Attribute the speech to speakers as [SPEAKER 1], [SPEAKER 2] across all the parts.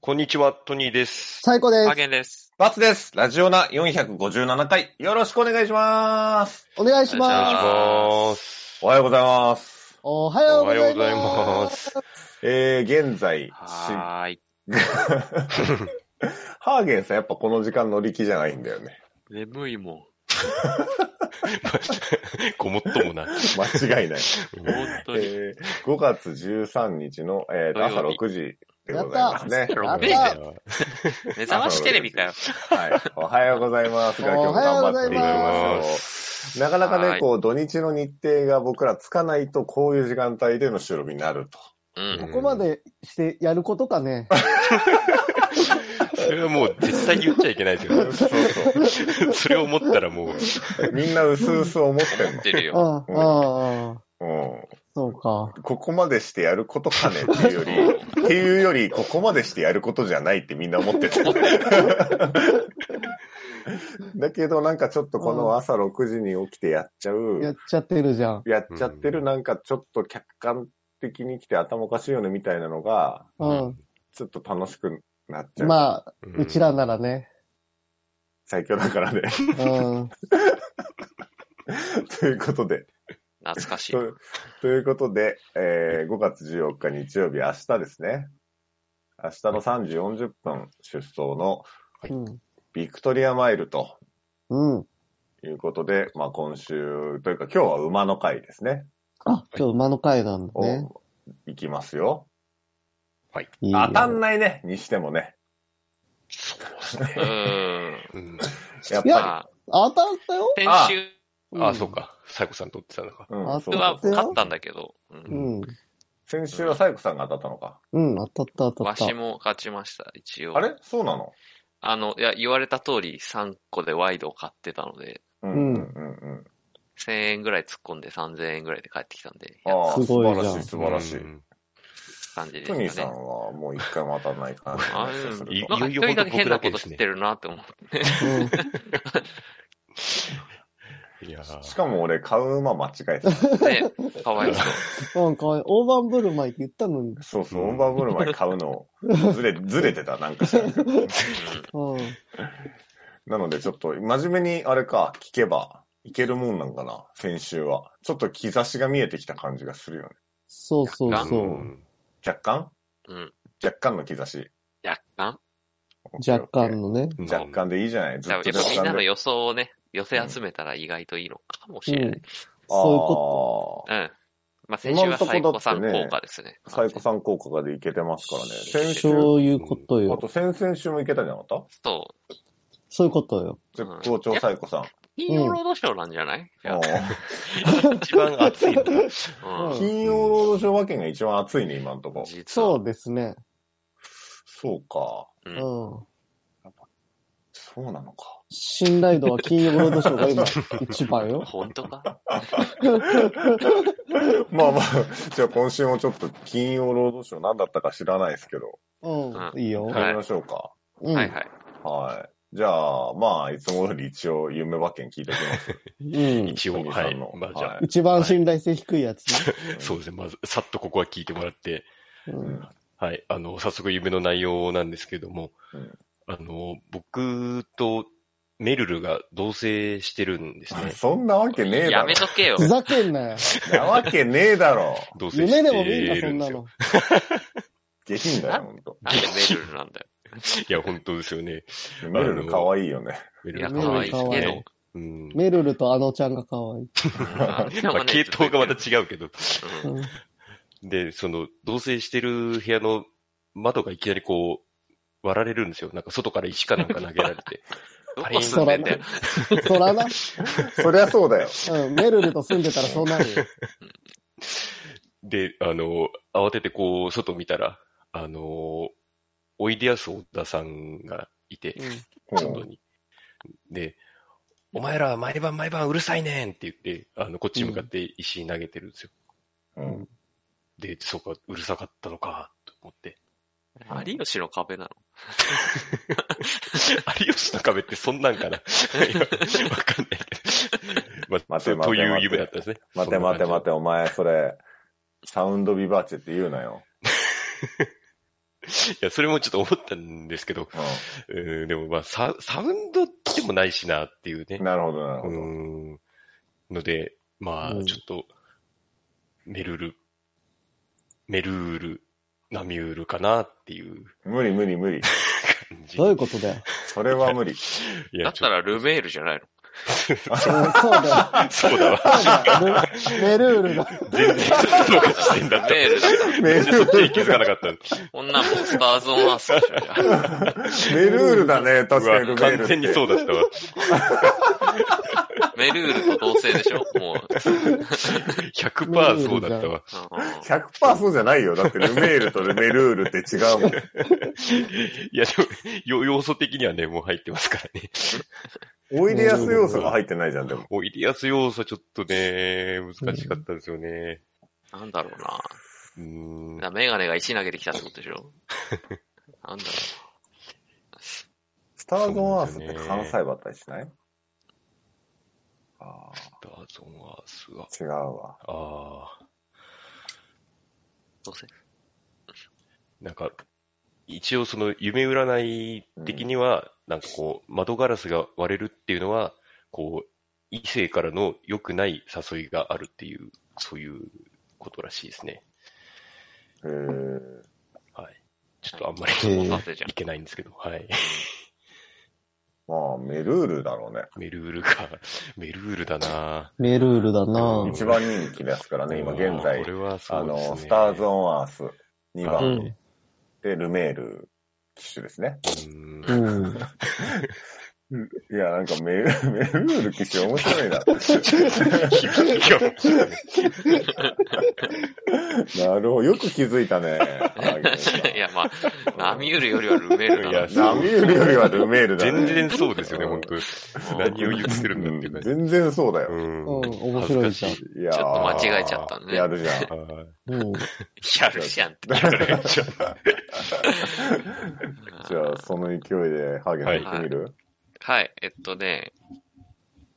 [SPEAKER 1] こんにちは、トニーです。
[SPEAKER 2] 最高です
[SPEAKER 3] ハー。ゲンです。
[SPEAKER 4] バツです。ラジオナ457回、よろしくお願いします。
[SPEAKER 2] お願いし
[SPEAKER 1] お願いしま
[SPEAKER 2] ます。
[SPEAKER 1] す。
[SPEAKER 4] おはようございます。
[SPEAKER 2] おはようござい
[SPEAKER 1] おはようござい
[SPEAKER 2] ま。
[SPEAKER 1] ます
[SPEAKER 4] えー、現在、し
[SPEAKER 3] はーい。
[SPEAKER 4] ハーゲンさんやっぱこの時間乗り気じゃないんだよね。
[SPEAKER 3] 眠いも
[SPEAKER 1] ごもっともな。
[SPEAKER 4] 間違いな
[SPEAKER 3] ん。本
[SPEAKER 4] い。
[SPEAKER 3] 当に。
[SPEAKER 4] えー、5月13日の、えー、
[SPEAKER 3] 土曜日
[SPEAKER 4] 朝6時でございますね。
[SPEAKER 2] やった
[SPEAKER 4] ね
[SPEAKER 2] やっ
[SPEAKER 3] 目覚ましテレビかよ。
[SPEAKER 4] はい。おはようございます。今日も頑張っていき
[SPEAKER 1] おはようござい
[SPEAKER 4] ま
[SPEAKER 1] ま
[SPEAKER 4] しょう。なかなか
[SPEAKER 3] は
[SPEAKER 4] ね、
[SPEAKER 3] い
[SPEAKER 4] こう、土日の日程が僕らつかないと、こういう時間帯での収録になると。
[SPEAKER 3] うん。
[SPEAKER 2] ここまでしてやることかね。
[SPEAKER 1] それはもう絶対に言っちゃいけないですよ。
[SPEAKER 4] そうそ
[SPEAKER 1] それを思ったらもう、
[SPEAKER 4] う。みんな薄々思ってん
[SPEAKER 3] 思ってる
[SPEAKER 2] う
[SPEAKER 3] よ。
[SPEAKER 2] ん、うん、うん。
[SPEAKER 4] の。うん。
[SPEAKER 2] そうか。
[SPEAKER 4] ここまでしてやることかねっていうより、っていうより、ここまでしてやることじゃないってみんな思っ てた。だけどなんかちょっとこの朝6時に起きてやっちゃ
[SPEAKER 2] やっ
[SPEAKER 4] う、
[SPEAKER 2] ちゃってるじゃん。
[SPEAKER 4] やっちゃってるなんかちょっと客観的に来て頭おかしいよねみたいなのが、
[SPEAKER 2] うん。
[SPEAKER 4] ちょっと楽しくなっちゃう。
[SPEAKER 2] まあ、
[SPEAKER 1] うん
[SPEAKER 2] うちらならね。
[SPEAKER 4] 最強だ からね。
[SPEAKER 2] うん。
[SPEAKER 4] ということで、
[SPEAKER 3] 懐かしい。
[SPEAKER 4] とということで、えー5月14日日曜日、明日ですね。明日の3時40分出走のビクトリアマイルと
[SPEAKER 2] うん。うん。
[SPEAKER 4] ということで、まあ今週というか今日は馬の会ですね。
[SPEAKER 2] あ、ちょっと間の階段だ
[SPEAKER 4] を
[SPEAKER 2] ね。
[SPEAKER 4] 行きますよ。
[SPEAKER 2] いいよ
[SPEAKER 4] 当たんないね、にしてもね。
[SPEAKER 3] うーん。
[SPEAKER 1] うん
[SPEAKER 4] やっ
[SPEAKER 2] い
[SPEAKER 4] ぱ
[SPEAKER 2] や
[SPEAKER 3] ま
[SPEAKER 2] 当
[SPEAKER 3] あ、
[SPEAKER 2] たったよ。
[SPEAKER 3] 先
[SPEAKER 4] あ
[SPEAKER 3] 週
[SPEAKER 1] あ、そうか。サイコさん撮ってたのか。
[SPEAKER 4] り。うん、
[SPEAKER 2] あ
[SPEAKER 4] そう
[SPEAKER 3] は勝ったんだけど、う
[SPEAKER 2] うんん。
[SPEAKER 4] 先週はサイコさんが当たったのか。
[SPEAKER 2] うん、当たった当たっ
[SPEAKER 3] わ
[SPEAKER 2] た
[SPEAKER 3] し。も勝ちました、一応。
[SPEAKER 4] あれそうなの
[SPEAKER 3] あの、いや、言われた通り3個でワイドを買ってたので、
[SPEAKER 4] うん
[SPEAKER 2] うん
[SPEAKER 4] うんうん
[SPEAKER 3] 1000円ぐらい突っ込んで3000円ぐらいで帰ってきたんで、
[SPEAKER 4] うん。ああ、
[SPEAKER 2] す
[SPEAKER 4] 素
[SPEAKER 2] ごい
[SPEAKER 4] 晴
[SPEAKER 2] じゃん
[SPEAKER 4] らしい、素晴らしい。
[SPEAKER 1] うん
[SPEAKER 3] 感じで
[SPEAKER 4] トニー
[SPEAKER 3] した
[SPEAKER 4] さん
[SPEAKER 3] ね。
[SPEAKER 4] はもう一回も当たらない感じ
[SPEAKER 3] あ
[SPEAKER 4] で
[SPEAKER 3] う
[SPEAKER 4] す
[SPEAKER 3] ん
[SPEAKER 4] ね。
[SPEAKER 3] なんか
[SPEAKER 1] い
[SPEAKER 3] 一
[SPEAKER 1] よいよ
[SPEAKER 3] 人だけ変な
[SPEAKER 1] 僕だけで
[SPEAKER 3] こと
[SPEAKER 1] す
[SPEAKER 3] 知
[SPEAKER 1] ね
[SPEAKER 3] ってるなって思って。
[SPEAKER 2] うん
[SPEAKER 1] いやー
[SPEAKER 4] しかも俺買う馬間違えてた。
[SPEAKER 3] ね、かわいそう。
[SPEAKER 2] うん、かわいい。大盤振る舞いって言ったのに。
[SPEAKER 4] そうそう、
[SPEAKER 1] うん
[SPEAKER 4] オーバーブルマイ買 うのずれ、ずれてた、なんか知らんけど。
[SPEAKER 2] うん。
[SPEAKER 4] なのでちょっと真面目にあれか、聞けばいけるもんなんかな、先週は。ちょっと兆しが見えてきた感じがするよね。
[SPEAKER 2] そうそうそ
[SPEAKER 1] ん
[SPEAKER 2] う。
[SPEAKER 4] 若干
[SPEAKER 3] うん。うん。
[SPEAKER 4] 若干の兆し。
[SPEAKER 3] 若干
[SPEAKER 2] 若干のね。
[SPEAKER 1] うん
[SPEAKER 4] 若干でいいじゃないず
[SPEAKER 3] 多
[SPEAKER 4] っ
[SPEAKER 3] 分
[SPEAKER 4] と
[SPEAKER 3] やっぱみん
[SPEAKER 4] 若
[SPEAKER 3] な
[SPEAKER 4] 干
[SPEAKER 3] の
[SPEAKER 4] で。
[SPEAKER 3] 予想をね、寄せ集めたら意外といいのかもしれない。
[SPEAKER 2] そういうこ
[SPEAKER 4] こ
[SPEAKER 3] うん。まあ、先週は最高さん
[SPEAKER 4] 今のとこだってね
[SPEAKER 3] 効果ですね。
[SPEAKER 4] サイコさん効果がでいけてますからね。
[SPEAKER 2] と。
[SPEAKER 4] 先週、
[SPEAKER 2] そういうこと
[SPEAKER 4] あ
[SPEAKER 2] よ。
[SPEAKER 4] と先々週もいけたんじゃなかっ
[SPEAKER 3] そ
[SPEAKER 2] そういうことよ。
[SPEAKER 4] た絶好調サイコさん。
[SPEAKER 3] う。金曜ロードショーなんじゃない、いや
[SPEAKER 1] 一番熱いのか。
[SPEAKER 3] うん
[SPEAKER 2] うん
[SPEAKER 4] 金曜ロードショー和券が一番熱いね、今んとこ。
[SPEAKER 3] 実は
[SPEAKER 2] そうですね。
[SPEAKER 4] そうか。
[SPEAKER 3] う。
[SPEAKER 2] うんん。
[SPEAKER 4] そうなのか。
[SPEAKER 2] 信頼度は金曜ロードショーが今一番 よ。
[SPEAKER 3] 本当か
[SPEAKER 4] まあまあ、じゃあ今週もちょっと金曜ロードショー何だったか知らないですけど、
[SPEAKER 2] うん。いいよ。
[SPEAKER 3] はい
[SPEAKER 4] やりましょうか。
[SPEAKER 2] うん。
[SPEAKER 3] はいはい。
[SPEAKER 4] はい。じゃあ、まあ、いつも通り一応、夢馬券聞いておきます。
[SPEAKER 2] うん。
[SPEAKER 1] 一応、
[SPEAKER 4] トニー
[SPEAKER 1] は
[SPEAKER 4] さ
[SPEAKER 1] い
[SPEAKER 4] んの。
[SPEAKER 1] まあじゃあ
[SPEAKER 4] は、
[SPEAKER 2] 一番信頼性低いやつ ね。
[SPEAKER 1] そうですね。まず、さっとここは聞いてもらって、
[SPEAKER 2] うん。
[SPEAKER 1] はい。あの、早速夢の内容なんですけども
[SPEAKER 4] うん、。
[SPEAKER 1] あの、僕とメルルが同棲してるんですね
[SPEAKER 4] そんなわけねえだ
[SPEAKER 3] や
[SPEAKER 4] ろ
[SPEAKER 3] め。とけよ。
[SPEAKER 2] ふざけんなよ。
[SPEAKER 4] なわけねえだろ。
[SPEAKER 1] 同棲してるんです
[SPEAKER 2] 夢
[SPEAKER 1] よ。
[SPEAKER 2] でも見んな、そんなの。
[SPEAKER 4] 下 品だよ、ほんと。
[SPEAKER 3] なんでメルルなんだよ。
[SPEAKER 1] いや、本当ですよね。
[SPEAKER 4] メルルかわいいよね。
[SPEAKER 1] メ
[SPEAKER 3] い
[SPEAKER 1] ル
[SPEAKER 3] や、
[SPEAKER 1] ル
[SPEAKER 3] 可
[SPEAKER 2] メルル
[SPEAKER 3] 愛い
[SPEAKER 2] 可愛い
[SPEAKER 3] けど。
[SPEAKER 1] うん。
[SPEAKER 2] メルルとあのちゃんが可愛い。
[SPEAKER 3] ま
[SPEAKER 1] まあ、系統がまた違うけど。
[SPEAKER 2] う。
[SPEAKER 3] うん
[SPEAKER 1] で、その、同棲してる部屋の窓がいきなりこう、割られるんですよ。なんか外から石かなんか投げられて。
[SPEAKER 3] どこ住んでんだよ。
[SPEAKER 2] そらな。
[SPEAKER 4] そりゃそ うだよ。
[SPEAKER 2] うん。メルルと住んでたらそうなるよ。
[SPEAKER 1] で、あの、慌ててこう、外見たら、あの、おいでやす小田さんがいて、外に。で、お前ら毎晩毎晩うるさいねんって言って、あの、こっち向かって石投げてるんですよ。
[SPEAKER 4] うん。
[SPEAKER 1] で、そうか、うるさかったのか、と思って。
[SPEAKER 3] 有吉の壁なの。
[SPEAKER 1] 有吉の壁ってそんなんか ないやわかんないけど。まあ
[SPEAKER 4] 待て
[SPEAKER 1] という
[SPEAKER 4] 待て待て
[SPEAKER 1] 夢だったんですね。
[SPEAKER 4] 待て待て待
[SPEAKER 1] て。
[SPEAKER 4] て、お前、それ、サウンドビバーチェって言うなよ。
[SPEAKER 1] や、それもちょっと思ったんですけど、うん、でもまあサ、サウンドでもないしなっていうね
[SPEAKER 4] うん。なるほど、なるほ
[SPEAKER 1] う
[SPEAKER 4] ど。
[SPEAKER 1] ん。ので、ま
[SPEAKER 2] う
[SPEAKER 1] あ、
[SPEAKER 2] ん
[SPEAKER 1] ちょっと、メルル、メルール、ナミュールかなっていう
[SPEAKER 4] 無理、無理、無理。
[SPEAKER 1] 感じ。
[SPEAKER 2] どういうことだよ。
[SPEAKER 4] それは無 理。
[SPEAKER 1] いや
[SPEAKER 3] だったらルメールじゃないの
[SPEAKER 2] うんそうだよ。
[SPEAKER 1] ちょっとそうだわ。
[SPEAKER 2] そうだよ。メルールだ。
[SPEAKER 1] 全然、そうか視点だった。
[SPEAKER 3] メールだよ。
[SPEAKER 4] メ
[SPEAKER 1] 全然そ
[SPEAKER 4] ル
[SPEAKER 1] っちに気づかなかった。
[SPEAKER 3] こんなんもうスターズオンアースでしょじゃあ
[SPEAKER 4] メルールだね、確かに
[SPEAKER 1] う
[SPEAKER 4] ル
[SPEAKER 1] わ
[SPEAKER 4] メー
[SPEAKER 1] 完
[SPEAKER 4] ルっ
[SPEAKER 1] 全に
[SPEAKER 4] て。
[SPEAKER 1] そうだったわ。
[SPEAKER 3] メルールと同性でしょもう。
[SPEAKER 1] 100%そうだったわ。
[SPEAKER 3] うん
[SPEAKER 4] 100%そうじゃないよ。だってルメールとルメルールって違うもん。
[SPEAKER 1] いや、でも、よ要素的にはね、もう入ってますからね。
[SPEAKER 4] おいでやす要素が入ってないじゃん、でも。
[SPEAKER 1] おいでやす要素はちょっとね、難しかったんですよね。
[SPEAKER 3] なんだろうな。
[SPEAKER 1] うーん。
[SPEAKER 3] なメガネが石投げてきたってことでしょなんだろ
[SPEAKER 4] スターズ・オン・アースって関西だったりしないあ
[SPEAKER 1] ダーゾンアースは。
[SPEAKER 4] あ、違うわ。
[SPEAKER 1] ああ、
[SPEAKER 3] う。どうせ。
[SPEAKER 1] なんか、一応その夢占い的には、なんかこう、窓ガラスが割れるっていうのは、こう、異性からの良くない誘いがあるっていう、そういうことらしいですね。
[SPEAKER 4] えー、
[SPEAKER 1] はい。ちょっとあんまり
[SPEAKER 2] へえ
[SPEAKER 3] 賛成じゃん
[SPEAKER 1] い。けないんですけど、はい。
[SPEAKER 4] まあ、メルールだろうね。
[SPEAKER 1] メルールか、 メルールだな
[SPEAKER 2] メルールだ
[SPEAKER 1] う
[SPEAKER 2] なん
[SPEAKER 4] 一番人気ですからね、今現在。
[SPEAKER 1] これはそ
[SPEAKER 4] あ
[SPEAKER 1] うですね。
[SPEAKER 4] の、スターズ・オン・アース、
[SPEAKER 1] う
[SPEAKER 4] 2番
[SPEAKER 2] ん
[SPEAKER 4] で、ルメール機種ですね。
[SPEAKER 1] うん
[SPEAKER 2] うん。
[SPEAKER 4] いや、なん かメル、メルール機種面白いな。
[SPEAKER 1] 響きが面白いね
[SPEAKER 4] なるほど。よく気づいたね。
[SPEAKER 3] いや、まあ、ナミュールよりはルメールだ
[SPEAKER 1] いや
[SPEAKER 3] な。
[SPEAKER 4] ナミュールよりはルメールだね。
[SPEAKER 1] 全然そうですよね、本当に
[SPEAKER 3] ん
[SPEAKER 1] 何を言ってるんだっていう感じ。
[SPEAKER 4] 全然そうだよ。
[SPEAKER 1] うん
[SPEAKER 2] うん面白いじゃん
[SPEAKER 1] 恥ず
[SPEAKER 4] いや
[SPEAKER 3] ちょっと間違えちゃったね。
[SPEAKER 4] や
[SPEAKER 3] や
[SPEAKER 4] るじゃん。
[SPEAKER 1] かしいはい
[SPEAKER 2] うん。
[SPEAKER 3] るじゃんって。
[SPEAKER 1] ちょっと
[SPEAKER 4] じゃあ、その勢いでハーゲン取ってみる、
[SPEAKER 3] はい、えっとね、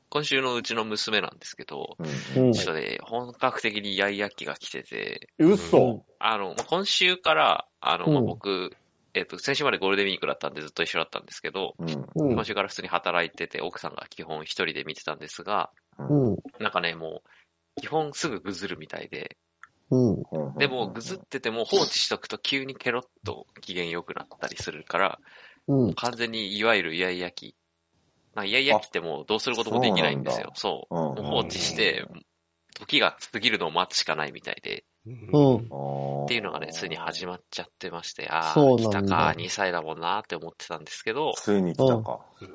[SPEAKER 3] 今週のうちの娘なんですけど、
[SPEAKER 4] うん
[SPEAKER 2] うん
[SPEAKER 3] ちょっとね、本格的にヤイヤッキが来てて、
[SPEAKER 4] 嘘、
[SPEAKER 3] あの、まあ今週から、あの、まあ
[SPEAKER 2] うん
[SPEAKER 3] 僕、えっと、先週までゴールデンウィークだったんでずっと一緒だったんですけど、
[SPEAKER 4] うん、
[SPEAKER 2] うん
[SPEAKER 3] 今週から普通に働いてて、奥さんが基本一人で見てたんですが、
[SPEAKER 2] うん。
[SPEAKER 3] なんかね、もう、基本すぐぐずるみたいで、
[SPEAKER 2] うん。
[SPEAKER 4] うん
[SPEAKER 3] でも、ぐずってても放置しとくと急にケロッと機嫌良くなったりするから、
[SPEAKER 2] うん。
[SPEAKER 3] 完全にいわゆるイヤイヤ期。まあ、イヤイヤ期ってもうどうすることもできないんですよ。そう
[SPEAKER 4] うん
[SPEAKER 3] もう放置して、時が過ぎるのを待つしかないみたいで、
[SPEAKER 2] うん。
[SPEAKER 4] っ
[SPEAKER 3] っていうのがね、ついに始まっちゃってまして、あ
[SPEAKER 2] そ
[SPEAKER 3] あ、
[SPEAKER 2] う
[SPEAKER 3] 来
[SPEAKER 2] な
[SPEAKER 3] た
[SPEAKER 2] んだ
[SPEAKER 3] か、2歳だもんなって思ってたんですけど、
[SPEAKER 4] ついに来たか。
[SPEAKER 3] 昨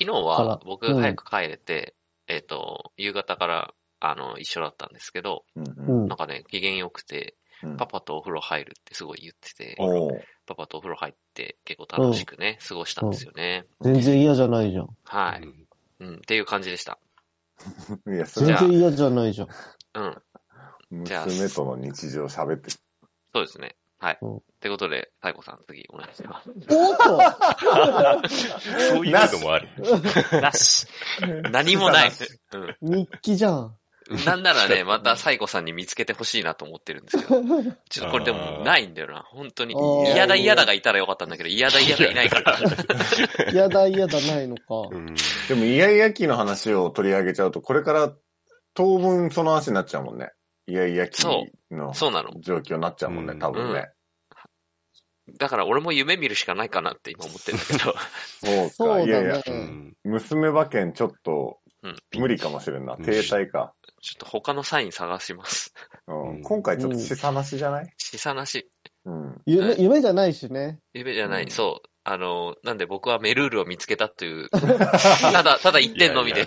[SPEAKER 3] 日
[SPEAKER 2] あ
[SPEAKER 3] は
[SPEAKER 2] ら
[SPEAKER 3] 僕
[SPEAKER 2] うん
[SPEAKER 3] 早く帰れて、えっ、と、夕方から、あの、一緒だったんですけど、
[SPEAKER 4] うん
[SPEAKER 2] うん
[SPEAKER 3] なんかね、機嫌良くて、
[SPEAKER 4] うん
[SPEAKER 3] パパとお風呂入るってすごい言ってて、
[SPEAKER 4] おー
[SPEAKER 3] パパとお風呂入って結構楽しくね、過ごしたんですよね。
[SPEAKER 2] 全然嫌じゃないじゃん。
[SPEAKER 3] はい。うん、っていう感じでした。
[SPEAKER 4] いや、そ
[SPEAKER 2] 全
[SPEAKER 4] れ
[SPEAKER 2] 然嫌じゃないじゃん。
[SPEAKER 3] うん、じゃあ
[SPEAKER 4] 娘との日常喋って
[SPEAKER 3] そうですね。はい。
[SPEAKER 2] うん
[SPEAKER 3] ってことで、太鼓さん次お願いします。
[SPEAKER 2] おっと
[SPEAKER 1] そういうのもある。
[SPEAKER 3] なし何もない。う
[SPEAKER 2] 日記じゃん。
[SPEAKER 3] ん。なんならね、また太鼓さんに見つけてほしいなと思ってるんですけど。ちょっとこれで
[SPEAKER 1] あ
[SPEAKER 3] も
[SPEAKER 1] ー
[SPEAKER 3] ないんだよな。本当に
[SPEAKER 2] あ。ー
[SPEAKER 3] 嫌だ嫌だがいたらよかったんだけど、嫌だ嫌だいないから。
[SPEAKER 2] 嫌だ嫌だないのか。
[SPEAKER 1] うん
[SPEAKER 4] でも、イヤイヤ期の話を取り上げちゃうと、これから当分その話になっちゃうもんね。イヤイヤ期の
[SPEAKER 3] そうなの。
[SPEAKER 4] 状況になっちゃうもんね、
[SPEAKER 1] うん
[SPEAKER 4] 多分ね。
[SPEAKER 3] だから俺も夢見るしかないかなって今思ってるんだけど。
[SPEAKER 4] そうか、
[SPEAKER 2] そう
[SPEAKER 4] いやい
[SPEAKER 2] だ
[SPEAKER 4] や、
[SPEAKER 2] ね。
[SPEAKER 4] 娘馬券ちょっと
[SPEAKER 3] うん
[SPEAKER 4] 無理かもしれんな。
[SPEAKER 1] うん
[SPEAKER 4] 停滞か。
[SPEAKER 3] ちょっと他のサイン探します。
[SPEAKER 4] うん
[SPEAKER 1] うん
[SPEAKER 4] 今回ちょっとしさなしじゃない
[SPEAKER 3] しさなし。
[SPEAKER 4] うん。
[SPEAKER 2] 夢、夢じゃないしね。
[SPEAKER 3] 夢じゃない、
[SPEAKER 4] うん
[SPEAKER 3] そう。あの、なんで僕はメルールを見つけた という、ただ、ただ一点のみで、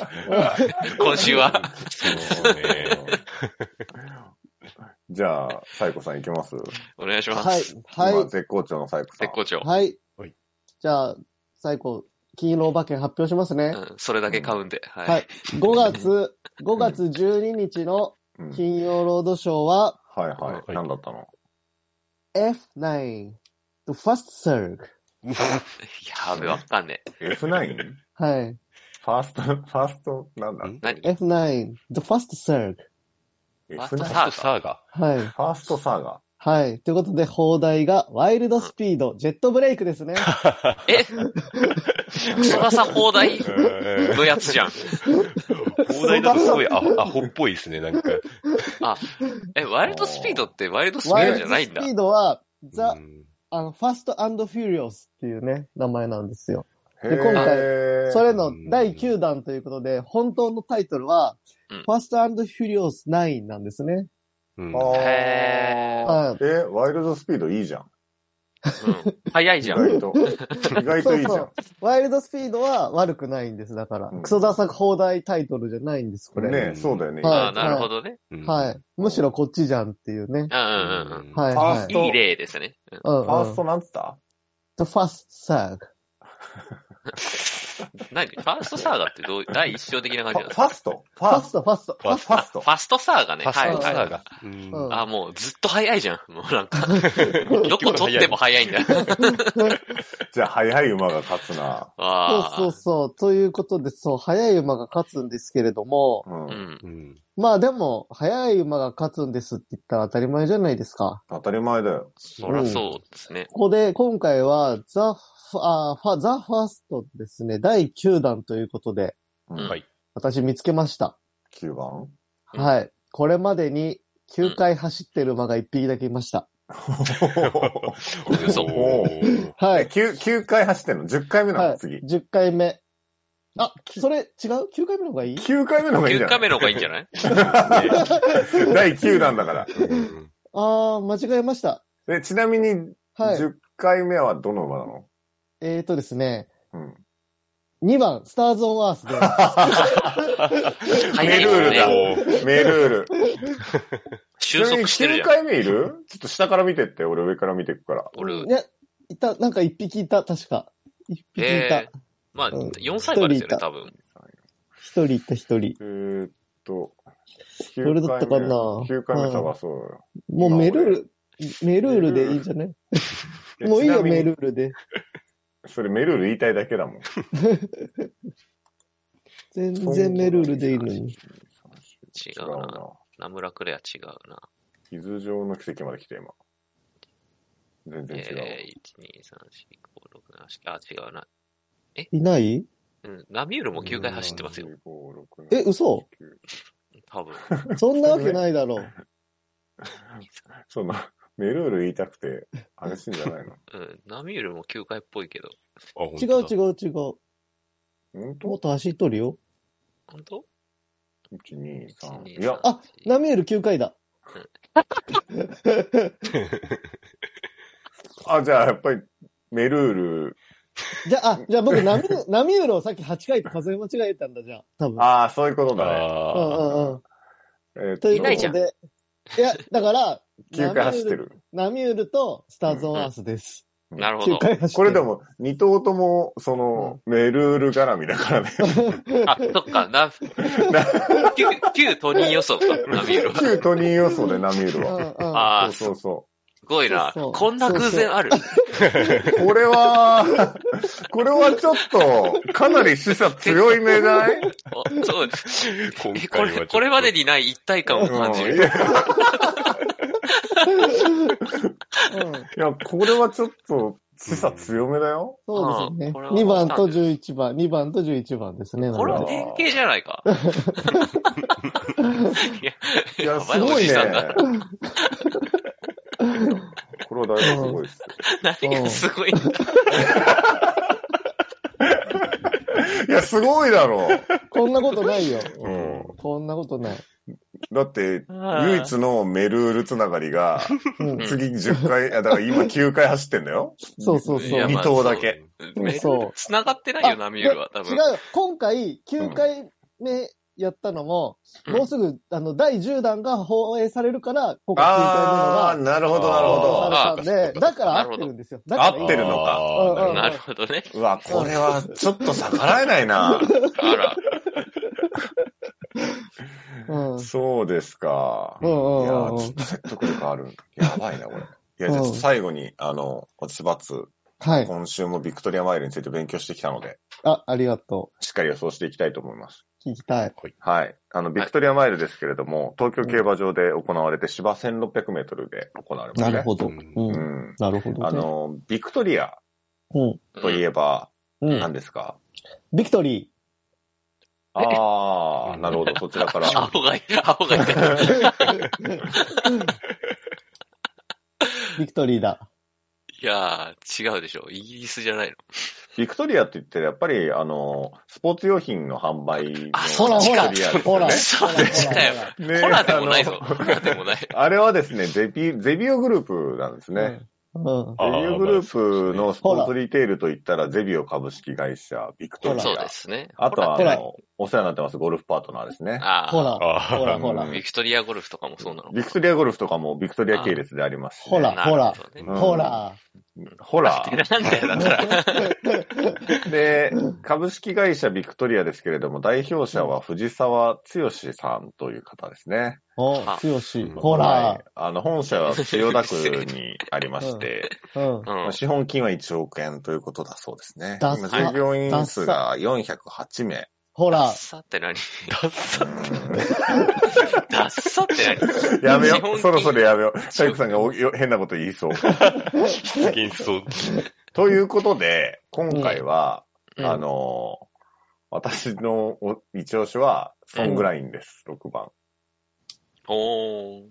[SPEAKER 3] 今週は。
[SPEAKER 1] そうね。
[SPEAKER 4] じゃあ、サイコさん行きます
[SPEAKER 3] お願いします。
[SPEAKER 2] はい。
[SPEAKER 4] 今
[SPEAKER 2] は
[SPEAKER 4] 絶好調のサイコさん
[SPEAKER 3] 絶。好調
[SPEAKER 2] い。。はい
[SPEAKER 1] はい。
[SPEAKER 2] じゃあ、最後、金色お化け発表しますね。
[SPEAKER 3] うん、それだけ買うんで。はい。
[SPEAKER 2] はい。5月、5月12日の
[SPEAKER 4] うん
[SPEAKER 2] 金曜ロードショーは
[SPEAKER 4] はいは。
[SPEAKER 1] はいい
[SPEAKER 4] 何だったの
[SPEAKER 2] F9、The First Circ。
[SPEAKER 3] やべ、わかんねえ。
[SPEAKER 4] ?F9?
[SPEAKER 2] はい。
[SPEAKER 4] ファースト、ファースト、なんだ
[SPEAKER 1] うん
[SPEAKER 3] 何
[SPEAKER 2] F9、The First Circ。
[SPEAKER 3] ファーストサ
[SPEAKER 4] ?F9? フ
[SPEAKER 3] ー
[SPEAKER 4] ァ
[SPEAKER 1] サーガ。
[SPEAKER 2] はい。
[SPEAKER 4] ーストサーガ。
[SPEAKER 2] はい。ということで、放題が、ワイルドスピード、ジェットブレイクですね。
[SPEAKER 3] え翼放題のやつじゃん。
[SPEAKER 1] 放題だとすごいアアホっぽいですね、なんか。
[SPEAKER 3] え、ワイルドスピードってワイルドスピ
[SPEAKER 2] ワイ
[SPEAKER 3] ード
[SPEAKER 2] ル
[SPEAKER 3] じゃ
[SPEAKER 2] ド
[SPEAKER 3] ないん
[SPEAKER 2] ス
[SPEAKER 3] だ
[SPEAKER 2] ピ。ードは、ザ、
[SPEAKER 1] うん
[SPEAKER 2] あの、ファストアンドフューリオスっていうね、名前なんですよ。
[SPEAKER 4] へー
[SPEAKER 2] で今回それの
[SPEAKER 1] うん
[SPEAKER 2] 第9弾ということで、本当のタイトルは
[SPEAKER 3] うん、
[SPEAKER 2] ファストアンドフューリオス9なんですね。
[SPEAKER 1] うん
[SPEAKER 4] あー
[SPEAKER 3] へ
[SPEAKER 2] はい。
[SPEAKER 4] え、ワイルドスピードいいじゃん。
[SPEAKER 3] うん早い
[SPEAKER 4] 意
[SPEAKER 3] じ ゃん。
[SPEAKER 4] 外と。意外といいじゃ
[SPEAKER 2] そ
[SPEAKER 4] ん
[SPEAKER 2] う。ワイルドスピードは悪くないんです、だから
[SPEAKER 4] うん。
[SPEAKER 2] クソダサ放題タイトルじゃないんです、これ。
[SPEAKER 4] ねえそうだよね。
[SPEAKER 2] はい
[SPEAKER 3] ああ、なるほどね。
[SPEAKER 1] うん
[SPEAKER 2] はい。むしろこっちじゃんっていうね。
[SPEAKER 1] うん
[SPEAKER 3] うんううんうん。
[SPEAKER 2] はい、
[SPEAKER 4] ファー
[SPEAKER 2] は
[SPEAKER 4] ス
[SPEAKER 2] い。
[SPEAKER 4] ト
[SPEAKER 3] いい例ですね。うん
[SPEAKER 2] うん、うん。
[SPEAKER 4] ファーストなんつった
[SPEAKER 2] トファストサーグ。
[SPEAKER 3] 何ファーストサーガってどう、第一章的な感
[SPEAKER 4] フ
[SPEAKER 3] じなんで
[SPEAKER 4] ァフ
[SPEAKER 3] すか
[SPEAKER 4] ァストフ
[SPEAKER 2] フ
[SPEAKER 4] ァ
[SPEAKER 2] ァ
[SPEAKER 4] ース
[SPEAKER 2] スト、ファスト。
[SPEAKER 4] トファスト
[SPEAKER 3] ファストサーガね。
[SPEAKER 1] ファス
[SPEAKER 3] はい
[SPEAKER 1] ト
[SPEAKER 3] は
[SPEAKER 1] サ
[SPEAKER 3] い
[SPEAKER 1] ー
[SPEAKER 3] は
[SPEAKER 1] が。うん
[SPEAKER 3] い。あ、もうずっと早いじゃん。 もうなんか、どこ取っても早いんだ。
[SPEAKER 4] じゃあ、速い馬が勝つな。
[SPEAKER 3] ああ。
[SPEAKER 2] そうそうそう。ということで、そう、速い馬が勝つんですけれども、
[SPEAKER 4] うん。
[SPEAKER 3] うん。
[SPEAKER 1] うん
[SPEAKER 2] まあでも、速い馬が勝つんですって言ったら当たり前じゃないですか。
[SPEAKER 4] 当たり前だよ。
[SPEAKER 3] そらそうですね。
[SPEAKER 2] ここで、今回は、ザ・フあファザ・ファーストですね、第9弾ということで、
[SPEAKER 4] うん
[SPEAKER 3] はい
[SPEAKER 2] 私見つけました。
[SPEAKER 4] 9番
[SPEAKER 3] うん
[SPEAKER 2] はい。これまでに9回走ってる馬が1匹だけいました。
[SPEAKER 3] 嘘
[SPEAKER 1] お ー
[SPEAKER 2] は
[SPEAKER 4] え、
[SPEAKER 2] い。
[SPEAKER 4] 9、9回走ってんの ?10 回目な
[SPEAKER 2] は
[SPEAKER 4] の
[SPEAKER 2] い。
[SPEAKER 4] 次。
[SPEAKER 2] 10回目。あ、それ違う ?9 回目の方がいい
[SPEAKER 4] 9回目の方がいいんじ
[SPEAKER 3] 9
[SPEAKER 4] ゃな
[SPEAKER 3] カ
[SPEAKER 4] い
[SPEAKER 3] メの方がいいんじゃない
[SPEAKER 4] 第9弾だから。
[SPEAKER 1] うん
[SPEAKER 2] あー、間違えました。
[SPEAKER 4] で、ちなみに、
[SPEAKER 2] はい。
[SPEAKER 4] 10回目はどの馬なの
[SPEAKER 2] えーとですね、
[SPEAKER 4] うん。
[SPEAKER 2] 2番、スターズ・オン・アース で、
[SPEAKER 3] 早いよ
[SPEAKER 4] メルールだ
[SPEAKER 3] ね。
[SPEAKER 1] おー
[SPEAKER 4] メルール。ち
[SPEAKER 3] 収
[SPEAKER 4] なみに
[SPEAKER 3] 束してるじ
[SPEAKER 4] 9
[SPEAKER 3] ゃん。
[SPEAKER 4] 回目いるちょっと下から見てって、俺上から見てくから。
[SPEAKER 3] 俺、
[SPEAKER 2] ね、いた、なんか1匹いた、確か。1匹いた。
[SPEAKER 3] えーまあ、
[SPEAKER 2] うん
[SPEAKER 3] 4歳馬です
[SPEAKER 2] 一人い
[SPEAKER 3] よね、
[SPEAKER 2] た
[SPEAKER 3] 多分。
[SPEAKER 2] 一人いた一人。
[SPEAKER 4] えーっと、9
[SPEAKER 2] どれだったかな
[SPEAKER 4] 9回目探そうよ。
[SPEAKER 2] もうメルール、メルールでいいんじゃないもういいよ、メ
[SPEAKER 4] ル。
[SPEAKER 2] ルールで。
[SPEAKER 4] それメルール言いたいだけだもん。
[SPEAKER 2] 全然メルールでいいのに。
[SPEAKER 3] 違
[SPEAKER 4] 違
[SPEAKER 3] う
[SPEAKER 4] う
[SPEAKER 3] な。
[SPEAKER 4] な。
[SPEAKER 3] ナムラクレア違うな。
[SPEAKER 4] 伊豆城の奇跡まで来て、今。全然違う。
[SPEAKER 3] えー、1、2、3、4、5、6、7、8、あ、違うな。
[SPEAKER 2] いない
[SPEAKER 3] うん、ナミュールも9回走ってますよ、
[SPEAKER 4] 4 5 6 7
[SPEAKER 2] え嘘
[SPEAKER 3] 多分。
[SPEAKER 2] そんなわけないだろう。
[SPEAKER 4] その、 メルール言いたくて、あれしいんじゃないの
[SPEAKER 3] うん、ナミュールも9回っぽいけど。
[SPEAKER 1] あ本
[SPEAKER 2] 違
[SPEAKER 1] 当
[SPEAKER 2] う
[SPEAKER 1] だ
[SPEAKER 2] 違う違う。も
[SPEAKER 4] 本
[SPEAKER 2] っ
[SPEAKER 4] 当
[SPEAKER 2] と走っとるよ。
[SPEAKER 3] 本当
[SPEAKER 4] ?1、2、3。いや、
[SPEAKER 2] あナミュール9回だ。
[SPEAKER 4] あ、じゃあやっぱり、メルール、
[SPEAKER 2] じゃあ、あ、じゃあ僕、ナミュール、ナミュールをさっき8回と数え間違えたんだ、じゃあ。多分。
[SPEAKER 4] ああ、そういうことだね。
[SPEAKER 2] うん
[SPEAKER 1] あ
[SPEAKER 2] うんうん。
[SPEAKER 4] えーっ
[SPEAKER 2] と
[SPEAKER 4] と
[SPEAKER 2] いう
[SPEAKER 3] い
[SPEAKER 2] こ
[SPEAKER 3] な
[SPEAKER 2] と
[SPEAKER 3] いじゃん
[SPEAKER 2] で。いや、だから、
[SPEAKER 4] 9回走ってる。
[SPEAKER 2] ナミュール。ナミュールとスターズ・オン・アースです。
[SPEAKER 3] なるほ
[SPEAKER 2] 9
[SPEAKER 3] ど。
[SPEAKER 2] 回走ってる。
[SPEAKER 4] これで。も、2頭とも、その、メルール絡みだからね。
[SPEAKER 3] あ、そっか、な、9、九トニー予想か、ナミュールは。
[SPEAKER 4] 旧トニー予想で、ナミュール
[SPEAKER 2] うんう
[SPEAKER 4] は。
[SPEAKER 2] ん。
[SPEAKER 3] あ
[SPEAKER 4] そ
[SPEAKER 3] あ、
[SPEAKER 4] う
[SPEAKER 3] す
[SPEAKER 4] そうそ
[SPEAKER 3] ごいな。
[SPEAKER 2] そうそう
[SPEAKER 3] こんな偶然ある。
[SPEAKER 4] う。これは、 これはちょっと、かなり死者強い目じゃ ない
[SPEAKER 3] お そう
[SPEAKER 1] ー今
[SPEAKER 3] えこ
[SPEAKER 1] 回はちょっ
[SPEAKER 3] れ、
[SPEAKER 1] と
[SPEAKER 3] これまでにない一体感を感じ
[SPEAKER 4] うんい
[SPEAKER 3] る。
[SPEAKER 4] や
[SPEAKER 2] うん
[SPEAKER 4] いや、これはちょっと、死者強めだよ。
[SPEAKER 2] そうです
[SPEAKER 3] う
[SPEAKER 2] ね。
[SPEAKER 3] んこれは
[SPEAKER 2] 2番と11番、2番と11番ですね。
[SPEAKER 3] これは典型じゃな いか。いや
[SPEAKER 4] い
[SPEAKER 3] や
[SPEAKER 4] や、
[SPEAKER 3] ば
[SPEAKER 4] す
[SPEAKER 3] いお
[SPEAKER 4] ごい
[SPEAKER 3] じ
[SPEAKER 4] ね
[SPEAKER 3] さ んだ。。
[SPEAKER 4] これはだいぶすごいですよ。
[SPEAKER 3] 何がすごいんだ。
[SPEAKER 4] いや、すごいだろう。
[SPEAKER 2] こんなことないよ。
[SPEAKER 4] うん。
[SPEAKER 2] こんなことない。
[SPEAKER 4] だって、
[SPEAKER 3] あー
[SPEAKER 4] 唯一のメルールつながりが、
[SPEAKER 2] うん
[SPEAKER 4] 次10回、いやだから今9回走ってんだよ。
[SPEAKER 2] そうそう
[SPEAKER 3] いや
[SPEAKER 2] そう。
[SPEAKER 4] 二頭だけ。
[SPEAKER 3] ね
[SPEAKER 2] そう
[SPEAKER 3] 繋がってないよ、ナミュールは、多
[SPEAKER 2] 違う
[SPEAKER 3] 分。
[SPEAKER 2] よ。今回、9回目やったのも、
[SPEAKER 3] うん
[SPEAKER 2] もうすぐ、あの、第10弾が放映されるから、今回
[SPEAKER 4] あ
[SPEAKER 2] 9回
[SPEAKER 4] ー、
[SPEAKER 2] 目のが
[SPEAKER 4] なるほど、なるほ
[SPEAKER 2] 放
[SPEAKER 4] ど。
[SPEAKER 2] されたん
[SPEAKER 1] あ
[SPEAKER 2] で、
[SPEAKER 1] ー
[SPEAKER 2] だから合ってるんですよ。だからいい
[SPEAKER 4] 合ってるのか
[SPEAKER 1] あー
[SPEAKER 2] うん
[SPEAKER 1] な
[SPEAKER 3] な
[SPEAKER 1] る
[SPEAKER 3] るほどね。
[SPEAKER 4] うわ、これはちょっと逆らえないな。
[SPEAKER 3] あら。
[SPEAKER 2] うん。
[SPEAKER 4] そうですか。
[SPEAKER 2] う
[SPEAKER 4] いや
[SPEAKER 2] んうんうん
[SPEAKER 4] ー、ちょっと説得力ある。やばいな、これ。いや、じゃ
[SPEAKER 2] う
[SPEAKER 4] あ
[SPEAKER 2] ん
[SPEAKER 4] ちょっと最後に、あの、私、バツ、
[SPEAKER 2] はい。
[SPEAKER 4] 今週もビクトリアマイルについて勉強してきたので、
[SPEAKER 2] あ、ありがと
[SPEAKER 4] しっかり予想していきたいと思います。
[SPEAKER 2] 聞きたい。
[SPEAKER 4] はい。あの、ビクトリアマイルですけれども、東京競馬場で行われて芝1600メートルで行われます
[SPEAKER 2] な
[SPEAKER 4] ね。
[SPEAKER 2] るほど。う。
[SPEAKER 1] うん
[SPEAKER 4] うんん。
[SPEAKER 2] なるほど、ね。
[SPEAKER 4] あ、の、ビクトリア
[SPEAKER 2] うん。
[SPEAKER 4] といえば、
[SPEAKER 2] うん。
[SPEAKER 4] 何ですか、
[SPEAKER 2] ビクトリ
[SPEAKER 3] え
[SPEAKER 4] ああ、なるほど。そちらから。
[SPEAKER 3] 青がい、青がいた。
[SPEAKER 2] ー。ビクトリーだ。
[SPEAKER 3] いやー、違うでしょ。イギリスじゃないの。
[SPEAKER 4] ビクトリアって言って、やっぱり、あの、スポーツ用品の販売の。
[SPEAKER 3] あ
[SPEAKER 2] ほらほら
[SPEAKER 4] ビクトリアです
[SPEAKER 2] ほら。
[SPEAKER 4] よね
[SPEAKER 3] そうですかよ
[SPEAKER 4] ね
[SPEAKER 3] ホラーでもないぞ。
[SPEAKER 4] あ
[SPEAKER 3] ホラーでもない。
[SPEAKER 4] のあれはですね、ゼビ、ゼビオグループなんですね。
[SPEAKER 2] うん。
[SPEAKER 4] ゼビオグループのスポー
[SPEAKER 2] ほ
[SPEAKER 4] ツリテールといったら、ゼビオ株式会社、ビクトリ
[SPEAKER 2] ほら
[SPEAKER 3] そう
[SPEAKER 4] ア
[SPEAKER 3] で。すね。
[SPEAKER 4] あとは、
[SPEAKER 2] ほら
[SPEAKER 4] あの、お世話になってます、ゴルフパートナーですね。
[SPEAKER 3] あ
[SPEAKER 2] ほ
[SPEAKER 3] ー
[SPEAKER 2] ら、
[SPEAKER 1] あ
[SPEAKER 2] ほら、ほら
[SPEAKER 4] う。
[SPEAKER 3] ビクトリアゴルフとかもそうなの。
[SPEAKER 4] ビクトリアゴルフとかもビクトリア系列でありますし、ね。
[SPEAKER 2] ほら
[SPEAKER 3] なるほどね
[SPEAKER 4] うん
[SPEAKER 2] ほら。
[SPEAKER 4] ほら。
[SPEAKER 3] なんだよ、だから。
[SPEAKER 4] で、株式会社ビクトリアですけれども、代表者は藤沢剛さんという方ですね。
[SPEAKER 2] お、
[SPEAKER 3] あ
[SPEAKER 2] 強し。
[SPEAKER 1] うん
[SPEAKER 2] ほ
[SPEAKER 4] はい
[SPEAKER 2] ら。。
[SPEAKER 4] あの、本社は千代田区にありまして、
[SPEAKER 2] うん。
[SPEAKER 3] うん。
[SPEAKER 4] 資本金は1億円ということだそうですね。
[SPEAKER 2] ダ
[SPEAKER 4] 今、
[SPEAKER 2] サ
[SPEAKER 4] 従業員数が408名。
[SPEAKER 2] ほ
[SPEAKER 3] ダ
[SPEAKER 2] ら
[SPEAKER 3] ッ。サって何
[SPEAKER 1] ダッサ
[SPEAKER 3] ダッサって何
[SPEAKER 4] やめ
[SPEAKER 3] 資
[SPEAKER 4] よ
[SPEAKER 3] 本金
[SPEAKER 4] う。そろそろやめよう。体育さんがおよ変なこと言いそう。
[SPEAKER 1] 出現しそう。
[SPEAKER 4] ということで、今回は、
[SPEAKER 3] うん
[SPEAKER 4] あのー私のお一押しは、ソングラインです、6番。
[SPEAKER 3] おー。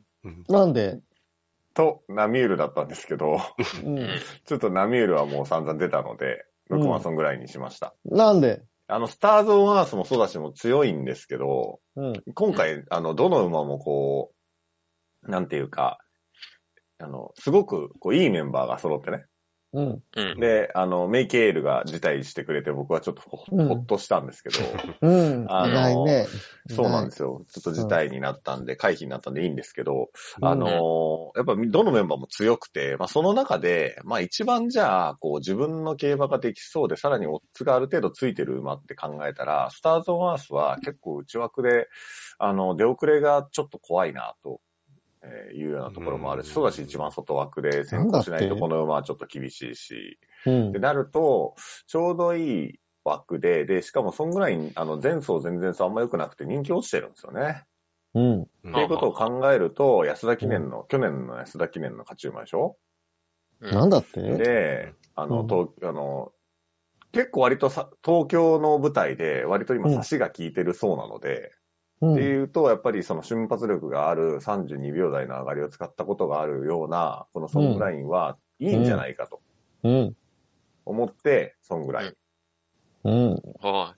[SPEAKER 2] なんで
[SPEAKER 4] と、ナミュールだったんですけど、
[SPEAKER 2] うん。
[SPEAKER 4] ちょっとナミュールはもう散々出たので、
[SPEAKER 2] うん
[SPEAKER 4] 6番ソングラインにしました。
[SPEAKER 2] なんで
[SPEAKER 4] あの、スターズ・オン・アースもそうだし、もう強いんですけど、
[SPEAKER 2] うん。
[SPEAKER 4] 今回、あの、どの馬もこう、なんていうか、あの、すごく、こう、いいメンバーが揃ってね。
[SPEAKER 2] うん。
[SPEAKER 3] うん。
[SPEAKER 4] で、あの、メイケールが辞退してくれて、僕はちょっとほ,、
[SPEAKER 2] うん
[SPEAKER 4] ほっとしたんですけど、
[SPEAKER 2] うん。
[SPEAKER 4] あのー
[SPEAKER 2] ないね。。
[SPEAKER 4] そうなんですすよ。ちょっと事態になったんで、回避になったんでいいんですけど、
[SPEAKER 2] うん
[SPEAKER 4] あのーやっぱどのメンバーも強くて、まあその中で、まあ一番じゃあ、こう自分の競馬ができそうで、さらにオッズがある程度ついてる馬って考えたら、スターズ・オン・アースは結構内枠で、あの、出遅れがちょっと怖いなと。えーいうようなところもあるし、
[SPEAKER 1] うん
[SPEAKER 4] そうだし一番外枠で先行しないとこの馬はちょっと厳しいし、
[SPEAKER 2] うん
[SPEAKER 4] って。なると、ちょうどいい枠で、で、しかもそんぐらい、あの、前走前々走あんま良くなくて人気落ちてるんですよね。
[SPEAKER 2] うん。
[SPEAKER 1] うん
[SPEAKER 4] っていうことを考えると、安田記念の、去年の安田記念の勝ち馬でしょ
[SPEAKER 2] なんだって
[SPEAKER 4] で、あ
[SPEAKER 2] う
[SPEAKER 4] の、
[SPEAKER 2] ん
[SPEAKER 4] 東、あの、結構割とさ、東京の舞台で割と今
[SPEAKER 2] うん
[SPEAKER 4] 差しが効いてるそうなので、
[SPEAKER 2] う
[SPEAKER 4] って
[SPEAKER 2] ん。
[SPEAKER 4] いうと、やっぱりその瞬発力がある32秒台の上がりを使ったことがあるような、このソングラインはいいんじゃないかと
[SPEAKER 2] うん。
[SPEAKER 4] 思って、ソングライン。
[SPEAKER 2] うん。
[SPEAKER 3] は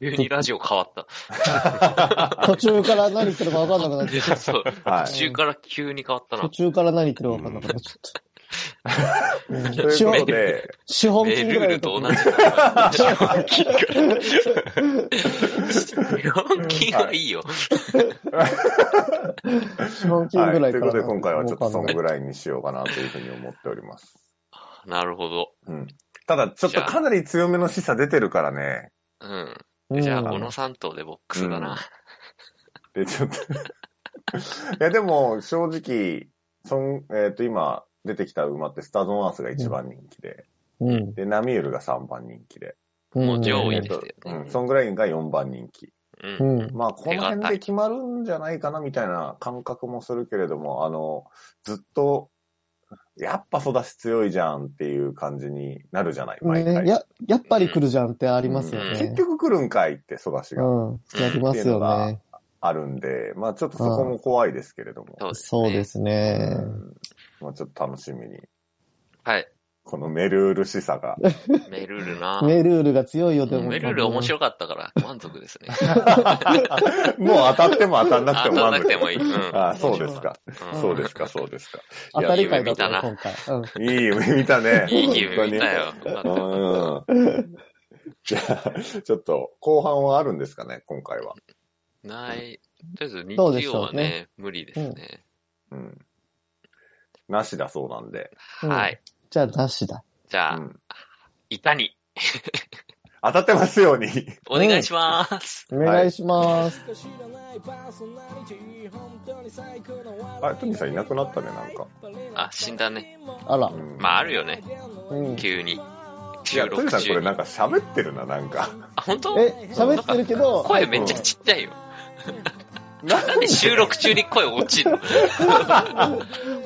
[SPEAKER 3] い。急にラジオ変わった。
[SPEAKER 2] 途中から何言ってるか分かんなくなっ
[SPEAKER 3] い
[SPEAKER 2] て、
[SPEAKER 3] やそう。
[SPEAKER 4] は
[SPEAKER 3] 途
[SPEAKER 4] い。
[SPEAKER 3] 中から急に変わった
[SPEAKER 2] 途
[SPEAKER 3] な。
[SPEAKER 2] 中から何言ってるか分かんなくなっちゃっ
[SPEAKER 4] と
[SPEAKER 2] た。うん資
[SPEAKER 4] いうこと
[SPEAKER 2] 本、
[SPEAKER 4] で、
[SPEAKER 2] 資本
[SPEAKER 3] メ
[SPEAKER 2] 金ぐ
[SPEAKER 3] ルー
[SPEAKER 2] らい
[SPEAKER 3] ル
[SPEAKER 2] のと
[SPEAKER 3] と
[SPEAKER 2] こ
[SPEAKER 3] 同じ。資本金から。資本金はいいよ。
[SPEAKER 2] 資本金ぐらい
[SPEAKER 4] と
[SPEAKER 2] か
[SPEAKER 4] い
[SPEAKER 2] ら。
[SPEAKER 4] うことで、今回はちょっとそんぐ
[SPEAKER 2] い。
[SPEAKER 4] らいにしようかなというふうに思っております。
[SPEAKER 3] なるほど。
[SPEAKER 4] ただ、ちょっとかなり強めの示唆出てるからね。
[SPEAKER 3] うん。
[SPEAKER 2] うん
[SPEAKER 3] じゃあ、この3頭でボックスだな。
[SPEAKER 4] で、ちょっと。 いや、でも、正直、そん、えっ、と、今、出てきた馬って、スターズ・オン・アースが1番人気で、
[SPEAKER 2] うん。
[SPEAKER 4] で、ナミュールが3番人気で、
[SPEAKER 3] もう上
[SPEAKER 4] え
[SPEAKER 3] 位
[SPEAKER 4] っ、
[SPEAKER 3] ですよ
[SPEAKER 4] と
[SPEAKER 3] ね、
[SPEAKER 4] うん、ソングラインが4番人気。
[SPEAKER 3] う。
[SPEAKER 2] うんん。
[SPEAKER 4] まあ、この辺
[SPEAKER 3] 手堅
[SPEAKER 4] で
[SPEAKER 3] い
[SPEAKER 4] 決まるんじゃないかな、みたいな感覚もするけれども、あの、ずっと、やっぱ育ち強いじゃんっていう感じになるじゃない、毎回。
[SPEAKER 2] ね、や、やっぱり来るじゃんってありますよ
[SPEAKER 3] うん
[SPEAKER 4] 結
[SPEAKER 2] ね。
[SPEAKER 4] 局来るんかいって、育ち
[SPEAKER 2] う
[SPEAKER 4] が。
[SPEAKER 2] ん。やりますよね。
[SPEAKER 4] あるんで、まあちょっとそこも怖いですけれども。
[SPEAKER 3] そうですね。
[SPEAKER 2] そうですね。
[SPEAKER 4] うんまあちょっと楽しみに。
[SPEAKER 3] はい。
[SPEAKER 4] このメルール示唆が。
[SPEAKER 3] メルールな。
[SPEAKER 2] メルールが強いよ、でも。
[SPEAKER 3] メルール面白かったから満足です ね。
[SPEAKER 4] もう当たっても当たんなくても
[SPEAKER 3] 当たん
[SPEAKER 4] 満
[SPEAKER 3] なく
[SPEAKER 4] 足
[SPEAKER 3] てもいい。うん。
[SPEAKER 4] あそうですか。
[SPEAKER 3] うん
[SPEAKER 4] そうですか、そうですか。
[SPEAKER 2] 当たり会だった
[SPEAKER 3] いや
[SPEAKER 2] ね、今回。うん。
[SPEAKER 4] いい夢見たね。
[SPEAKER 3] いい夢見たよ。
[SPEAKER 4] 本当に。うん。じゃあ、ちょっと、後半はあるんですかね、今回は。
[SPEAKER 3] ない。とりあえず日
[SPEAKER 2] そうでし
[SPEAKER 3] 曜
[SPEAKER 2] ょ
[SPEAKER 3] は
[SPEAKER 2] う
[SPEAKER 3] ね、
[SPEAKER 2] ね
[SPEAKER 3] 無理ですね。
[SPEAKER 4] うん。なしだそうなんで。
[SPEAKER 2] うん
[SPEAKER 3] はい。
[SPEAKER 2] じゃあ、なしだ。
[SPEAKER 3] じ
[SPEAKER 4] う
[SPEAKER 3] ゃあ、
[SPEAKER 4] ん。
[SPEAKER 3] いかに、
[SPEAKER 4] 当たってますように。
[SPEAKER 3] お願いします。
[SPEAKER 2] お願いします。
[SPEAKER 5] あ、トニーさんいなくなったね、なんか。
[SPEAKER 3] あ死んだね。
[SPEAKER 2] あら
[SPEAKER 4] う。ん
[SPEAKER 3] まあ、あるよね。
[SPEAKER 5] うん
[SPEAKER 3] 急に。
[SPEAKER 4] いや、トニーさ
[SPEAKER 3] 16
[SPEAKER 4] んこれ
[SPEAKER 3] 中
[SPEAKER 4] なんか喋ってるな、なんか。
[SPEAKER 3] あ、本当
[SPEAKER 2] え、喋ってるけど、
[SPEAKER 3] 声めっちゃちっちゃいよ。
[SPEAKER 4] な
[SPEAKER 3] なんで収録中に声落ちるの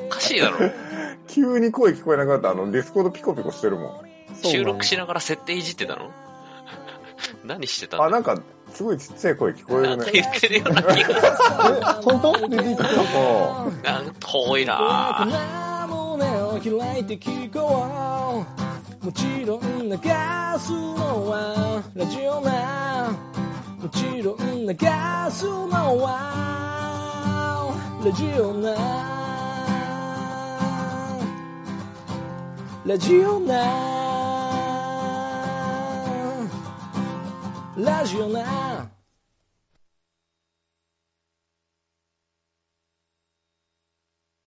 [SPEAKER 3] おかしいだろ。
[SPEAKER 4] 急に声聞こえなくなった。あの、ディスコードピコピコしてるもん。
[SPEAKER 3] 収録しながら設定いじってたの何してた
[SPEAKER 4] あ、
[SPEAKER 3] の
[SPEAKER 4] なんか、すごいちっちゃい声聞こえ
[SPEAKER 3] な
[SPEAKER 4] る
[SPEAKER 3] んか
[SPEAKER 4] ね。
[SPEAKER 3] 言ってるような気が。
[SPEAKER 2] え本当出てきた
[SPEAKER 4] あ
[SPEAKER 3] なんか遠いなぁ。
[SPEAKER 5] 胸を開いて聞こうもちろん流すのはラジオなもちろん流すのはラジオなラジオなラジオな